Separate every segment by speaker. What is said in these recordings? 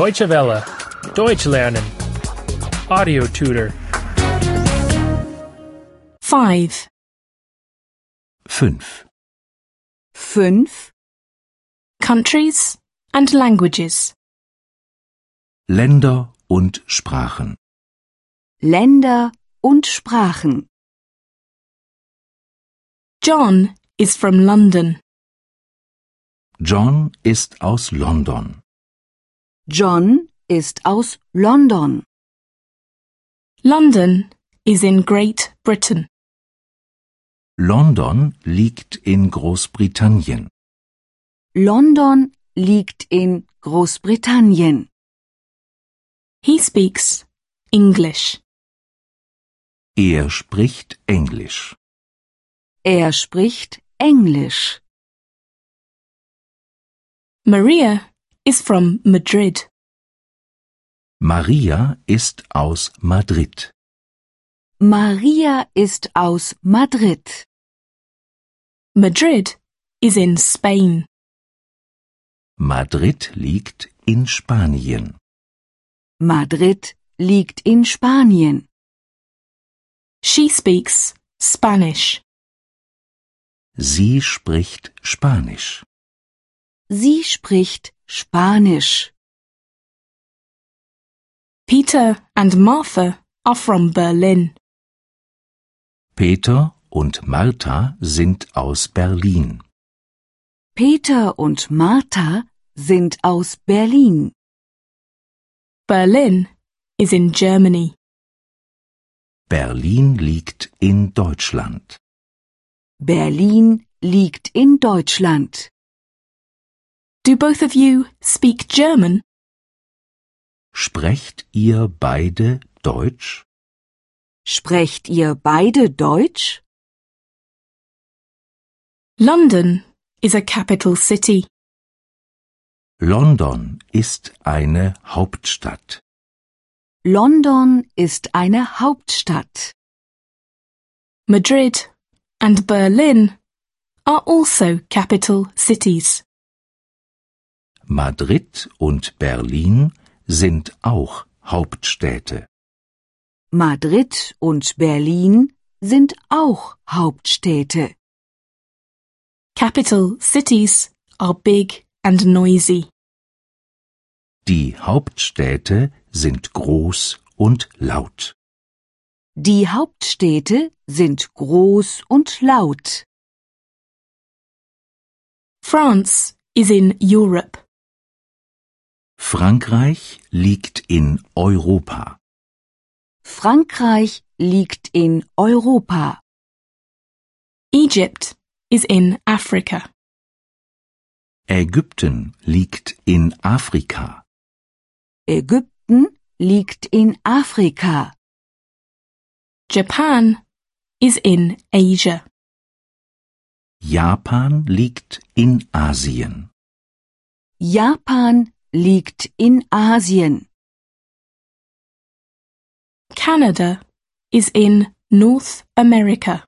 Speaker 1: Deutsche Welle. Deutsch lernen. Audio tutor.
Speaker 2: 5.
Speaker 3: 5.
Speaker 4: 5.
Speaker 2: Countries and languages.
Speaker 3: Länder und Sprachen.
Speaker 4: Länder und Sprachen.
Speaker 2: John is from London.
Speaker 3: John ist aus London.
Speaker 4: John ist aus London.
Speaker 2: London is in Great Britain.
Speaker 3: London liegt in Großbritannien.
Speaker 4: London liegt in Großbritannien.
Speaker 2: He speaks English.
Speaker 3: Er spricht Englisch.
Speaker 4: Er spricht Englisch.
Speaker 2: Maria is from Madrid.
Speaker 3: Maria ist aus Madrid.
Speaker 4: Maria ist aus Madrid.
Speaker 2: Madrid is in Spain.
Speaker 3: Madrid liegt in Spanien.
Speaker 4: Madrid liegt in Spanien.
Speaker 2: She speaks Spanish.
Speaker 3: Sie spricht Spanisch.
Speaker 4: Sie spricht Spanisch.
Speaker 2: Peter and Martha are from Berlin.
Speaker 3: Peter und Martha sind aus Berlin.
Speaker 4: Peter und Martha sind aus Berlin.
Speaker 2: Berlin is in Germany.
Speaker 3: Berlin liegt in Deutschland.
Speaker 4: Berlin liegt in Deutschland.
Speaker 2: Do both of you speak German?
Speaker 3: Sprecht ihr beide Deutsch?
Speaker 4: Sprecht ihr beide Deutsch?
Speaker 2: London is a capital city.
Speaker 3: London ist eine Hauptstadt.
Speaker 4: London ist eine Hauptstadt.
Speaker 2: Madrid and Berlin are also capital cities.
Speaker 3: Madrid und Berlin sind auch Hauptstädte.
Speaker 4: Madrid und Berlin sind auch Hauptstädte.
Speaker 2: Capital cities are big and noisy.
Speaker 3: Die Hauptstädte sind groß und laut.
Speaker 4: Die Hauptstädte sind groß und laut.
Speaker 2: France is in Europe.
Speaker 3: Frankreich liegt in Europa.
Speaker 4: Frankreich liegt in Europa.
Speaker 2: Egypt is in Africa.
Speaker 3: Ägypten liegt in Afrika.
Speaker 4: Ägypten liegt in Afrika.
Speaker 2: Japan is in Asia.
Speaker 3: Japan liegt in Asien.
Speaker 4: Japan liegt in Asien.
Speaker 2: Canada is in North America.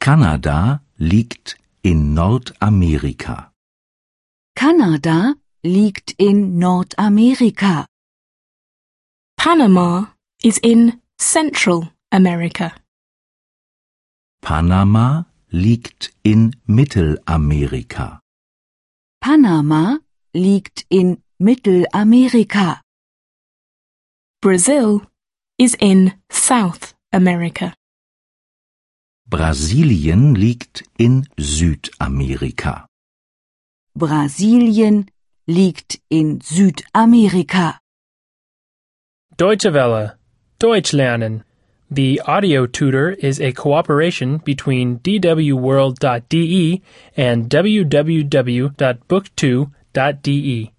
Speaker 3: Kanada liegt in Nordamerika.
Speaker 4: Kanada liegt in Nordamerika.
Speaker 2: Panama is in Central America.
Speaker 3: Panama liegt in Mittelamerika.
Speaker 4: Panama liegt in Mittelamerika.
Speaker 2: Brazil is in South America.
Speaker 3: Brasilien liegt in Südamerika.
Speaker 4: Brasilien liegt in Südamerika.
Speaker 1: Deutsche Welle. Deutsch lernen. The audio tutor is a cooperation between E dwworld.de and www.book2.de.